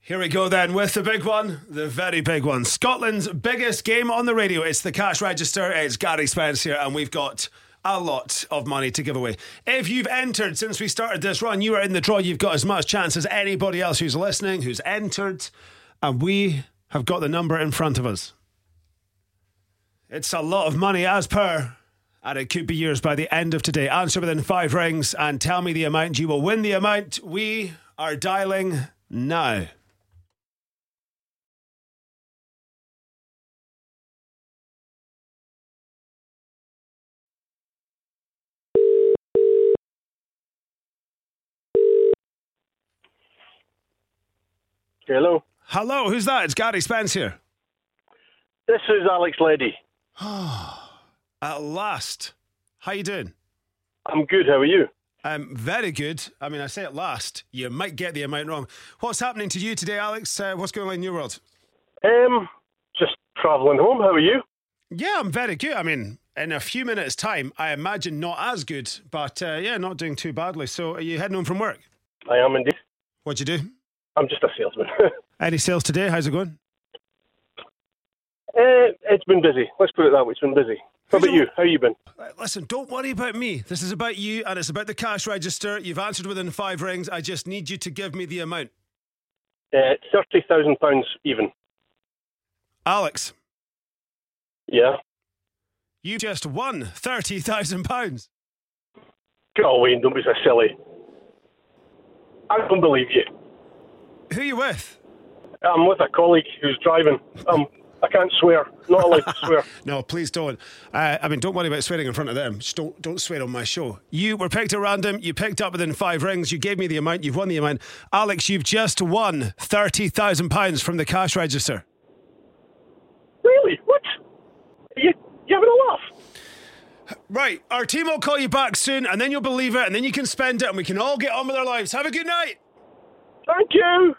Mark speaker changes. Speaker 1: Here we go then with the big one, the very big one. Scotland's biggest game on the radio. It's the cash register. It's Gary Spence here, and we've got a lot of money to give away. If you've entered since we started this run, you are in the draw. You've got as much chance as anybody else who's listening, who's entered, and we have got the number in front of us. It's a lot of money as per, and it could be yours by the end of today. Answer within five rings and tell me the amount. You will win the amount. We are dialing now.
Speaker 2: Hello.
Speaker 1: Hello, who's that? It's Gary Spence here.
Speaker 2: This is Alex Leddy.
Speaker 1: At last. How you doing?
Speaker 2: I'm good. How are you?
Speaker 1: Um, very good. I mean, I say at last. You might get the amount wrong. What's happening to you today, Alex? Uh, what's going on in your world?
Speaker 2: Um, just travelling home. How are you?
Speaker 1: Yeah, I'm very good. I mean, in a few minutes' time, I imagine not as good, but uh, yeah, not doing too badly. So, are you heading home from work?
Speaker 2: I am indeed.
Speaker 1: What'd you do?
Speaker 2: I'm just a salesman.
Speaker 1: Any sales today? How's it going?
Speaker 2: uh, it's been busy. Let's put it that way. It's been busy. How
Speaker 1: Who's
Speaker 2: about
Speaker 1: your-
Speaker 2: you? How you been?
Speaker 1: Uh, Listen, don't worry about me. This is about you, and it's about the cash register. You've answered within five rings. I just need you to give me the amount.
Speaker 2: Uh, Thirty thousand pounds even.
Speaker 1: Alex,
Speaker 2: Yeah.
Speaker 1: you just won £30,000.
Speaker 2: Get away and don't be so silly. I don't believe you.
Speaker 1: Who are you with?
Speaker 2: I'm with a colleague who's driving. Um, I can't swear. Not allowed to swear.
Speaker 1: No, please don't. Uh, I mean, don't worry about swearing in front of them. Just don't, don't swear on my show. You were picked at random. You picked up within five rings. You gave me the amount. You've won the amount. Alex, you've just won £30,000 from the cash register.
Speaker 2: Really? What? You you having a laugh?
Speaker 1: Right, our team will call you back soon, and then you'll believe it, and then you can spend it, and we can all get on with our lives. Have a good night.
Speaker 2: Thank you.